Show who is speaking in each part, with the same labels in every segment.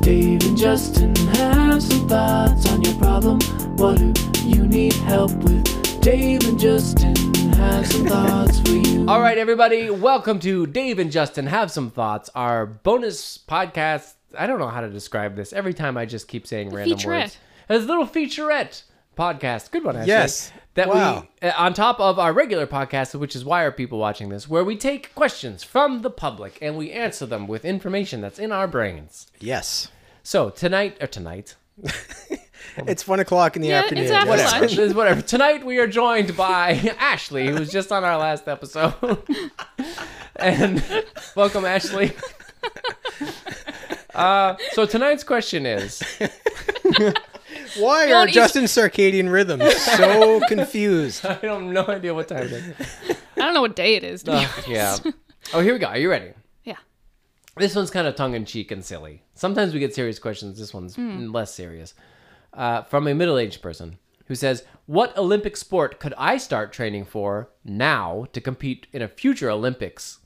Speaker 1: Dave and Justin have some thoughts on your problem. What do you need help with? Dave and Justin have some thoughts for you.
Speaker 2: All right, everybody, welcome to Dave and Justin Have Some Thoughts, our bonus podcast. I don't know how to describe this. Every time I just keep saying random
Speaker 3: featurette.
Speaker 2: words. It's a little featurette podcast. Good one, actually.
Speaker 4: Yes.
Speaker 2: That
Speaker 4: Wow.
Speaker 2: we, uh, on top of our regular podcast, which is Why Are People Watching This? where we take questions from the public and we answer them with information that's in our brains.
Speaker 4: Yes.
Speaker 2: So tonight, or tonight,
Speaker 4: It's one o'clock in the
Speaker 3: Yeah, it's
Speaker 4: afternoon.
Speaker 3: after
Speaker 4: Whatever.
Speaker 3: lunch.
Speaker 2: This is whatever. Tonight we are joined by Ashley, who was just on our last episode. and welcome, Ashley. Uh, so tonight's question is
Speaker 4: Why
Speaker 3: Don't
Speaker 4: are
Speaker 3: eat-
Speaker 4: Justin's circadian rhythms so confused?
Speaker 2: I don't have no idea what time it is.
Speaker 3: I don't know what day it is. To be
Speaker 2: Uh,
Speaker 3: honest.
Speaker 2: yeah. Oh, here we go. Are you ready?
Speaker 3: Yeah.
Speaker 2: This one's kind of tongue in cheek and silly. Sometimes we get serious questions. This one's less serious. Uh, from a middle aged person who says, What Olympic sport could I start training for now to compete in a future Olympics?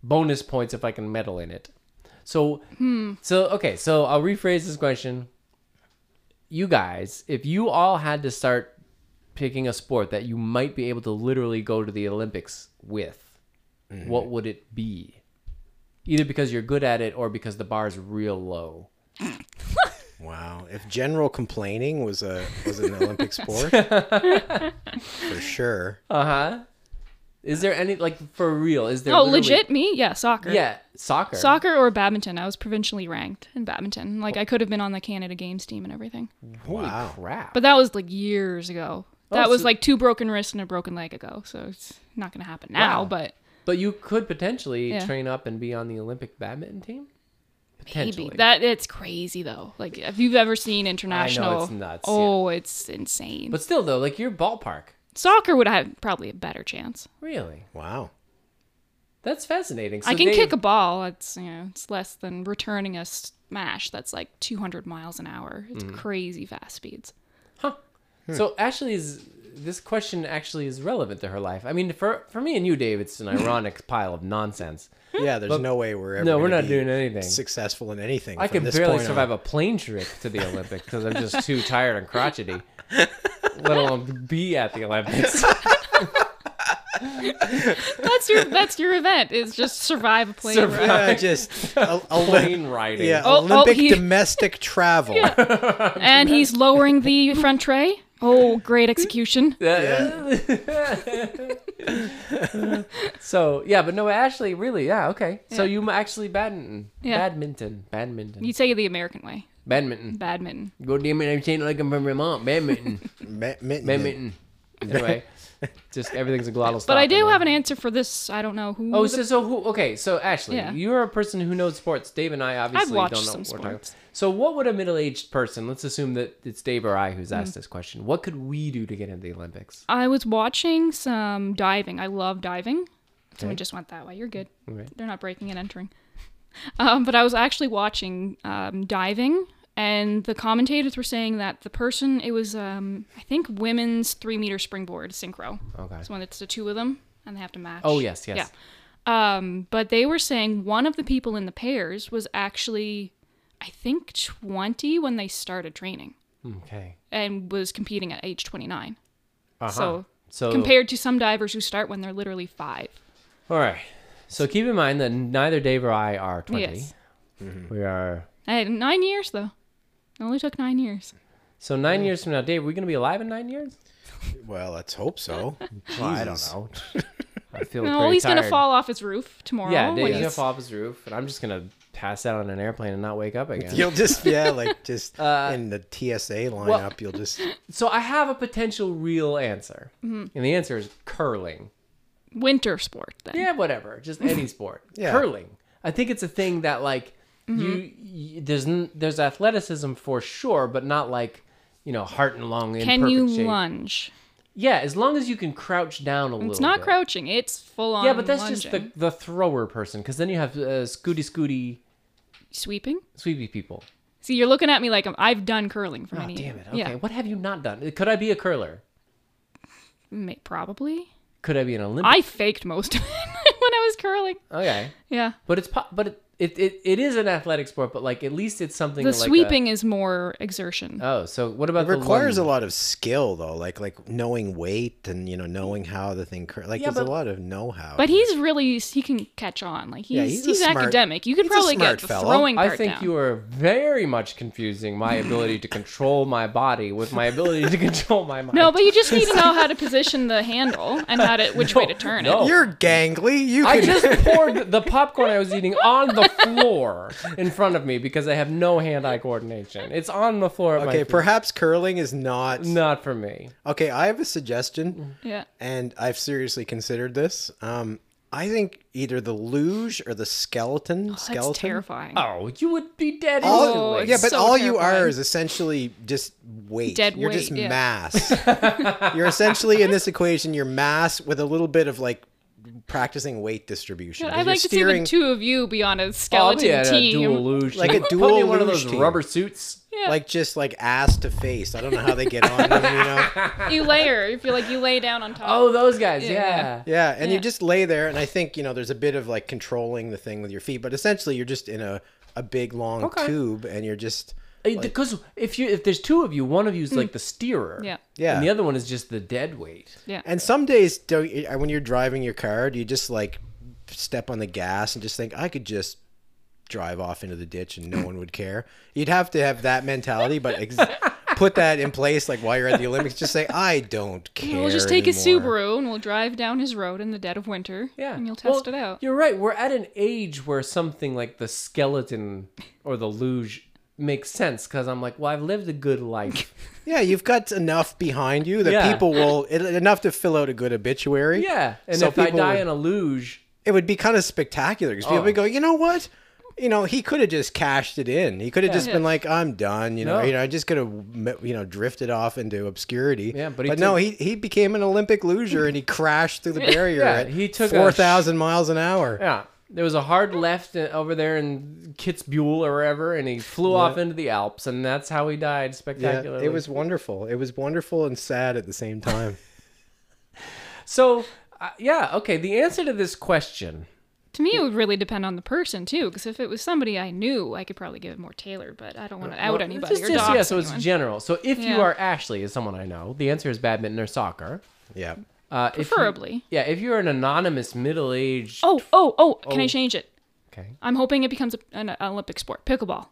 Speaker 2: Bonus points if I can medal in it. So, so okay, so I'll rephrase this question. You guys, if you all had to start picking a sport that you might be able to literally go to the Olympics with, what would it be? Either because you're good at it or because the bar is real low.
Speaker 4: Wow. If general complaining was a was an Olympic sport, for sure.
Speaker 2: Uh huh. Is there any like for real? Is there
Speaker 3: Oh,
Speaker 2: literally-
Speaker 3: legit me? Yeah, soccer.
Speaker 2: Yeah, soccer.
Speaker 3: Soccer or badminton. I was provincially ranked in badminton. Like I could have been on the Canada Games team and everything.
Speaker 2: Holy
Speaker 4: Wow.
Speaker 2: crap!
Speaker 3: But that was like years ago. That
Speaker 2: Oh,
Speaker 3: was
Speaker 2: so-
Speaker 3: like two broken wrists and a broken leg ago. So it's not going to happen now,
Speaker 2: Wow.
Speaker 3: but
Speaker 2: But you could potentially
Speaker 3: Yeah.
Speaker 2: train up and be on the Olympic badminton team. Potentially.
Speaker 3: maybe. That it's crazy though. Like if you've ever seen international
Speaker 2: nuts, yeah.
Speaker 3: Oh, it's insane.
Speaker 2: but still, though, like your ballpark.
Speaker 3: soccer would have probably a better chance.
Speaker 2: Really,
Speaker 4: Wow.
Speaker 2: that's fascinating. So
Speaker 3: I can
Speaker 2: they-
Speaker 3: kick a ball. It's you know, it's less than returning a smash that's like 200 miles an hour. It's
Speaker 2: Mm-hmm.
Speaker 3: crazy fast speeds.
Speaker 4: Hmm.
Speaker 2: So Ashley is this question actually is relevant to her life. I mean, for for me and you, Dave, it's an ironic pile of nonsense.
Speaker 4: Yeah, there's no way we're ever
Speaker 2: No, we're
Speaker 4: gonna
Speaker 2: not
Speaker 4: be
Speaker 2: doing anything.
Speaker 4: successful in anything.
Speaker 2: I
Speaker 4: from
Speaker 2: could
Speaker 4: this
Speaker 2: barely
Speaker 4: point on.
Speaker 2: survive a plane trip to the Olympics because I'm just too tired and crotchety, let alone be at the Olympics.
Speaker 3: That's your that's your event. Is just survive a plane.
Speaker 2: Survive.
Speaker 3: ride.
Speaker 4: Yeah, just a, Olymp-
Speaker 2: plane riding. Uh,
Speaker 4: yeah,
Speaker 3: Oh, oh,
Speaker 4: Olympic
Speaker 3: he-
Speaker 4: domestic travel.
Speaker 3: And he's lowering the front tray. Oh, great execution.
Speaker 2: so yeah, but no, Ashley, really, yeah, okay. So you m- actually badminton,
Speaker 3: Yeah.
Speaker 2: badminton, badminton,
Speaker 3: You say it the American way.
Speaker 2: badminton.
Speaker 3: Badminton.
Speaker 2: Go damn it, I'm saying it like I'm from Vermont. Badminton,
Speaker 4: Ma- mitten-
Speaker 2: badminton. Anyway, just everything's a glottal stop.
Speaker 3: But I do
Speaker 2: anyway.
Speaker 3: have an answer for this. I don't know who.
Speaker 2: Oh,
Speaker 3: the-
Speaker 2: so, so who? Okay, so Ashley,
Speaker 3: Yeah.
Speaker 2: you're a person who knows sports. Dave and I obviously
Speaker 3: watched
Speaker 2: don't know
Speaker 3: some
Speaker 2: what we're talking
Speaker 3: sports.
Speaker 2: So, what would a middle-aged person? Let's assume that it's Dave or I who's
Speaker 3: Mm.
Speaker 2: asked this question. What could we do to get into the Olympics?
Speaker 3: I was watching some diving. I love diving. Someone
Speaker 2: Okay.
Speaker 3: just went that way. You're good.
Speaker 2: Okay.
Speaker 3: They're not breaking and entering. Um, but I was actually watching um, diving, and the commentators were saying that the person, it was, um, I think, women's three meter springboard synchro.
Speaker 2: Okay.
Speaker 3: It's when it's the two of them and they have to match.
Speaker 2: Oh, yes, yes.
Speaker 3: Yeah. Um, but they were saying one of the people in the pairs was actually, I think, 20 when they started training
Speaker 2: Okay.
Speaker 3: and was competing at age 29.
Speaker 2: Uh-huh.
Speaker 3: So,
Speaker 2: so
Speaker 3: compared to some divers who start when they're literally five.
Speaker 2: All right. So keep in mind that neither Dave or I are 20.
Speaker 3: Yes.
Speaker 2: We are.
Speaker 3: And nine years, though. It only took nine years.
Speaker 2: So nine
Speaker 3: Mm.
Speaker 2: years from now, Dave, are we going to be alive in nine years?
Speaker 4: Well, let's hope so. Well, I don't know.
Speaker 2: I feel
Speaker 3: No,
Speaker 2: very
Speaker 3: he's going to
Speaker 2: tired.
Speaker 3: fall off his roof tomorrow.
Speaker 2: Yeah, Dave's
Speaker 3: when
Speaker 2: going to
Speaker 3: he's-
Speaker 2: fall off his roof, and I'm just going to pass out on an airplane and not wake up again.
Speaker 4: You'll just yeah, like just
Speaker 3: Uh,
Speaker 4: in the TSA lineup, you'll just
Speaker 2: So I have a potential real answer, and the answer is curling.
Speaker 3: Winter sport, then.
Speaker 2: Yeah, whatever. Just any sport.
Speaker 4: Yeah.
Speaker 2: Curling. I think it's a thing that like you, you there's n- there's athleticism for sure, but not like you know heart and lung. In
Speaker 3: Can
Speaker 2: perfect
Speaker 3: you
Speaker 2: shape.
Speaker 3: lunge?
Speaker 2: Yeah, as long as you can crouch down a little.
Speaker 3: It's not
Speaker 2: bit.
Speaker 3: crouching. It's full on.
Speaker 2: Yeah, but that's
Speaker 3: lunging.
Speaker 2: just the the thrower person, because then you have uh, scooty scooty
Speaker 3: sweeping.
Speaker 2: sweepy people.
Speaker 3: See, you're looking at me like I'm, I've done curling for
Speaker 2: Oh,
Speaker 3: many
Speaker 2: damn
Speaker 3: years.
Speaker 2: it. Okay,
Speaker 3: Yeah,
Speaker 2: what have you not done? Could I be a curler?
Speaker 3: ma- probably.
Speaker 2: Could I be an Olympic?
Speaker 3: I faked most of it when I was curling.
Speaker 2: okay,
Speaker 3: Yeah.
Speaker 2: but it's po- but it, it, it it is an athletic sport, but like at least it's something
Speaker 3: The
Speaker 2: like a-
Speaker 3: sweeping is more exertion.
Speaker 2: oh, so what about
Speaker 4: It
Speaker 2: the
Speaker 4: requires a
Speaker 2: one-
Speaker 4: lot of skill though, like like knowing weight and you know knowing how the thing cur- like
Speaker 2: Yeah,
Speaker 4: there's
Speaker 2: but-
Speaker 4: a lot of know-how.
Speaker 3: but he's really he can catch on. Like he's
Speaker 4: Yeah,
Speaker 3: he's,
Speaker 4: he's a smart-
Speaker 3: academic. You could
Speaker 4: he's a
Speaker 3: probably
Speaker 4: smart
Speaker 3: get the
Speaker 4: fellow.
Speaker 3: throwing part
Speaker 2: I think
Speaker 3: down.
Speaker 2: you are very much confusing my ability to control my body with my ability to control my mind.
Speaker 3: no, but you just need to know how to position the handle and how to which way to turn
Speaker 2: no.
Speaker 3: it.
Speaker 4: You're gangly. You
Speaker 2: Oh. I
Speaker 4: can
Speaker 2: just poured the popcorn I was eating on the floor in front of me because I have no hand-eye coordination. It's on the floor. At my
Speaker 4: Okay,
Speaker 2: feet.
Speaker 4: perhaps curling is not
Speaker 2: not for me.
Speaker 4: Okay, I have a
Speaker 2: Mm-hmm.
Speaker 4: suggestion
Speaker 3: Yeah.
Speaker 4: and I've seriously considered this. Um I think either the luge or the skeleton skeleton
Speaker 3: Oh, That's terrifying.
Speaker 2: Oh, you would be dead
Speaker 4: all,
Speaker 2: instantly.
Speaker 3: Oh, it's
Speaker 4: yeah, but
Speaker 3: so
Speaker 4: all you
Speaker 3: terrifying.
Speaker 4: are is essentially just weight.
Speaker 3: Dead
Speaker 4: you're just
Speaker 3: weight, yeah.
Speaker 4: mass. you're essentially in this equation, you're mass with a little bit of like practicing weight distribution.
Speaker 3: I'd
Speaker 4: You're
Speaker 3: like to see the two of you be on a skeleton
Speaker 2: yeah,
Speaker 3: team.
Speaker 2: A dual luge
Speaker 4: Like a
Speaker 2: team. Put me
Speaker 4: dual
Speaker 2: in one of
Speaker 4: luge
Speaker 2: those
Speaker 4: team.
Speaker 2: rubber suits.
Speaker 3: Yeah.
Speaker 4: like just like ass to face. I don't know how they get on. them, you know.
Speaker 3: you layer. You feel like you lay down on top.
Speaker 2: Oh, those guys. Yeah.
Speaker 3: Yeah, yeah.
Speaker 4: Yeah, and
Speaker 3: Yeah.
Speaker 4: you just lay there, and I think you know there's a bit of like controlling the thing with your feet, but essentially you're just in a a big long
Speaker 2: Okay.
Speaker 4: tube, and you're just
Speaker 2: Because if you if there's two of you, one of you is like the steerer.
Speaker 3: Hmm. Yeah.
Speaker 4: Yeah.
Speaker 2: And the other one is just the dead weight.
Speaker 3: yeah.
Speaker 4: And some days, don't you- when you're driving your car, do you just like step on the gas and just think I could just drive off into the ditch and no one would care? You'd have to have that mentality, but ex- put that in place like while you're at the Olympics. Just say I don't care.
Speaker 3: We'll just take his
Speaker 4: anymore."
Speaker 3: Subaru and we'll drive down his road in the dead of winter.
Speaker 2: Yeah.
Speaker 3: And you'll test
Speaker 2: Well,
Speaker 3: it out.
Speaker 2: You're right. We're at an age where something like the skeleton or the luge makes sense because I'm like, well, I've lived a good life.
Speaker 4: Yeah, you've got enough behind you that
Speaker 2: Yeah.
Speaker 4: people will it, enough to fill out a good obituary.
Speaker 2: yeah. And
Speaker 4: So
Speaker 2: if I
Speaker 4: people
Speaker 2: die
Speaker 4: would-
Speaker 2: in a luge,
Speaker 4: it would be kind of spectacular because people
Speaker 2: Oh.
Speaker 4: would go, you know what? You know, he could have just cashed it in. He could have just
Speaker 3: Yeah.
Speaker 4: been like, "I'm done," you know.
Speaker 2: No.
Speaker 4: You know, I just could have, you know, drifted off into obscurity.
Speaker 2: Yeah, but he
Speaker 4: no,
Speaker 2: took-
Speaker 4: he he became an Olympic loser and he crashed through the barrier
Speaker 2: Yeah,
Speaker 4: at
Speaker 2: he took a sh-
Speaker 4: four thousand miles an hour.
Speaker 2: yeah. There was a hard left in- over there in Kitzbühel or wherever, and he flew off into the Alps, and that's how he died
Speaker 4: Yeah,
Speaker 2: spectacularly.
Speaker 4: it was wonderful. It was wonderful and sad at the same time.
Speaker 2: so. Uh, yeah. Okay. The answer to this question
Speaker 3: To me, it would really depend on the person too, because if it was somebody I knew, I could probably give it more tailored. But I don't want to out
Speaker 2: Well,
Speaker 3: anybody
Speaker 2: just-
Speaker 3: or
Speaker 2: just-
Speaker 3: dox
Speaker 2: yeah, so
Speaker 3: anyone.
Speaker 2: it's general. So if you
Speaker 3: Yeah.
Speaker 2: are Ashley, is someone I know, the answer is badminton or soccer.
Speaker 4: yeah,
Speaker 2: Uh, if you-
Speaker 3: Preferably.
Speaker 2: yeah, if you're an anonymous middle-aged.
Speaker 3: Oh, oh, oh! Can I change it?
Speaker 2: Okay.
Speaker 3: I'm hoping it becomes a, an Olympic sport. Pickleball.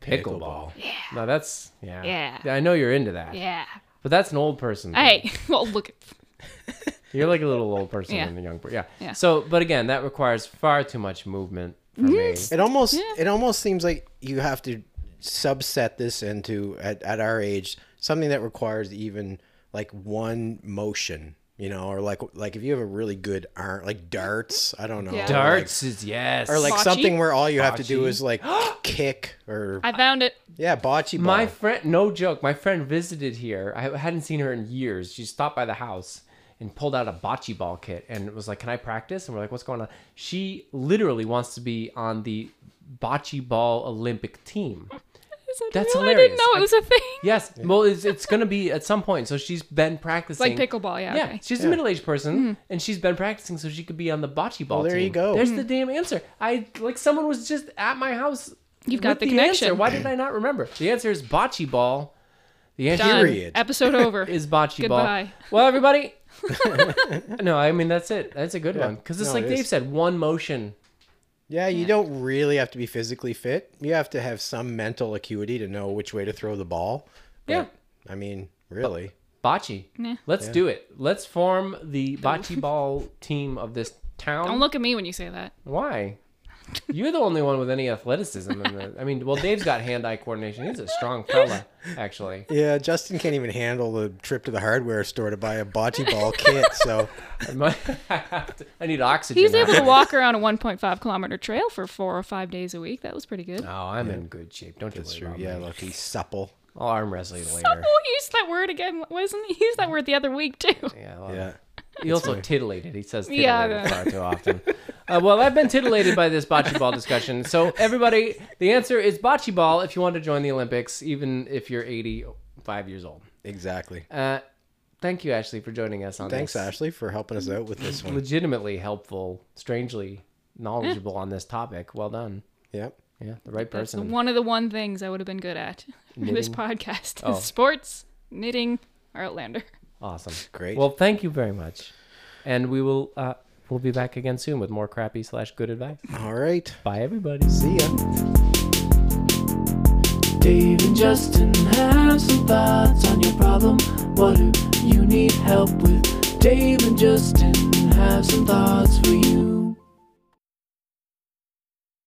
Speaker 2: Pickleball. Yeah. No, that's yeah.
Speaker 3: Yeah.
Speaker 2: I know you're into that.
Speaker 3: Yeah.
Speaker 2: But that's an old person. thing.
Speaker 3: Hey, well, look. At,
Speaker 2: You're like a little old person
Speaker 3: Yeah.
Speaker 2: and a young person. Yeah.
Speaker 3: Yeah.
Speaker 2: So, but again, that requires far too much movement for me.
Speaker 4: it almost
Speaker 3: Yeah.
Speaker 4: it almost seems like you have to subset this into at, at our age something that requires even like one motion you know or like like if you have a really good arm like darts i don't know
Speaker 3: Yeah.
Speaker 4: or
Speaker 2: Darts is yes.
Speaker 4: like, or like
Speaker 3: Bocce?
Speaker 4: something where all you have to do
Speaker 2: Bocce.
Speaker 4: is like kick or
Speaker 3: I found it.
Speaker 4: yeah bocce ball.
Speaker 2: My friend, no joke, my friend visited here. I hadn't seen her in years. She stopped by the house and pulled out a bocce ball kit and was like, Can I practice? And we're like, What's going on? She literally wants to be on the bocce ball Olympic team.
Speaker 3: Is it
Speaker 2: That's
Speaker 3: real? I
Speaker 2: hilarious.
Speaker 3: didn't know
Speaker 2: I-
Speaker 3: it was a thing.
Speaker 2: Yes. Well, it's, it's going to be at some point. So she's been practicing.
Speaker 3: Like pickleball, yeah.
Speaker 2: Yeah,
Speaker 3: Okay. Hmm.
Speaker 2: she's a middle-aged person, and she's been practicing so she could be on the bocce ball.
Speaker 4: Well, there you
Speaker 2: team.
Speaker 4: go.
Speaker 2: There's
Speaker 3: Hmm.
Speaker 2: the damn answer. I like someone was just at my house.
Speaker 3: You've
Speaker 2: with
Speaker 3: got the connection.
Speaker 2: answer. Why did I not remember? The answer is bocce ball. The answer
Speaker 3: Done.
Speaker 4: Period.
Speaker 3: Episode over.
Speaker 2: is bocce ball.
Speaker 3: Goodbye.
Speaker 2: Well, everybody. no, I mean that's it. That's a good one because it's
Speaker 4: No,
Speaker 2: like
Speaker 4: it
Speaker 2: Dave
Speaker 4: is.
Speaker 2: said, one motion.
Speaker 4: yeah you don't really have to be physically fit you have to have some mental acuity to know which way to throw the ball But,
Speaker 2: Yeah.
Speaker 4: i mean really
Speaker 2: Bocce.
Speaker 3: Nah.
Speaker 2: Let's do it. Let's form the bocce ball team of this town.
Speaker 3: Don't look at me when you say that.
Speaker 2: Why? You're the only one with any athleticism. In the, I mean, well, Dave's got hand-eye coordination. He's a strong fella, actually.
Speaker 4: Yeah, Justin can't even handle the trip to the hardware store to buy a bocce ball kit. So
Speaker 2: I might- I need oxygen.
Speaker 3: He was able
Speaker 2: after
Speaker 3: to walk around a 1.5 kilometer trail for four or five days a week. That was pretty good.
Speaker 2: this. Oh, I'm in good shape. Don't you
Speaker 4: that's
Speaker 2: worry
Speaker 4: true.
Speaker 2: about
Speaker 4: Yeah,
Speaker 2: me.
Speaker 4: look, he's supple.
Speaker 2: I'll arm wrestle you later.
Speaker 3: Oh, he used that word again. Wasn't he? He used that word the other week too.
Speaker 2: Yeah, well,
Speaker 4: Yeah.
Speaker 2: He also titillated. He says titillated
Speaker 3: Yeah,
Speaker 2: far too often. Uh, well, I've been titillated by this bocce ball discussion. So everybody, the answer is bocce ball. If you want to join the Olympics, even if you're 85 years old.
Speaker 4: Exactly.
Speaker 2: Uh, thank you, Ashley, for joining us on
Speaker 4: Thanks,
Speaker 2: this.
Speaker 4: Ashley, for helping us out with this one.
Speaker 2: legitimately helpful, strangely knowledgeable on this topic. Well done.
Speaker 4: Yep.
Speaker 2: Yeah, the right
Speaker 3: That's
Speaker 2: person.
Speaker 3: one of the one things I would have been good at for this
Speaker 2: Knitting?
Speaker 3: podcast: is
Speaker 2: Oh.
Speaker 3: sports, knitting, or Outlander.
Speaker 2: Awesome.
Speaker 4: Great.
Speaker 2: Well, thank you very much, and we will uh, we'll be back again soon with more crappy slash good advice.
Speaker 4: All right.
Speaker 2: Bye, everybody.
Speaker 4: See ya.
Speaker 1: Dave and Justin have some thoughts on your problem. What do you need help with? Dave and Justin have some thoughts for you.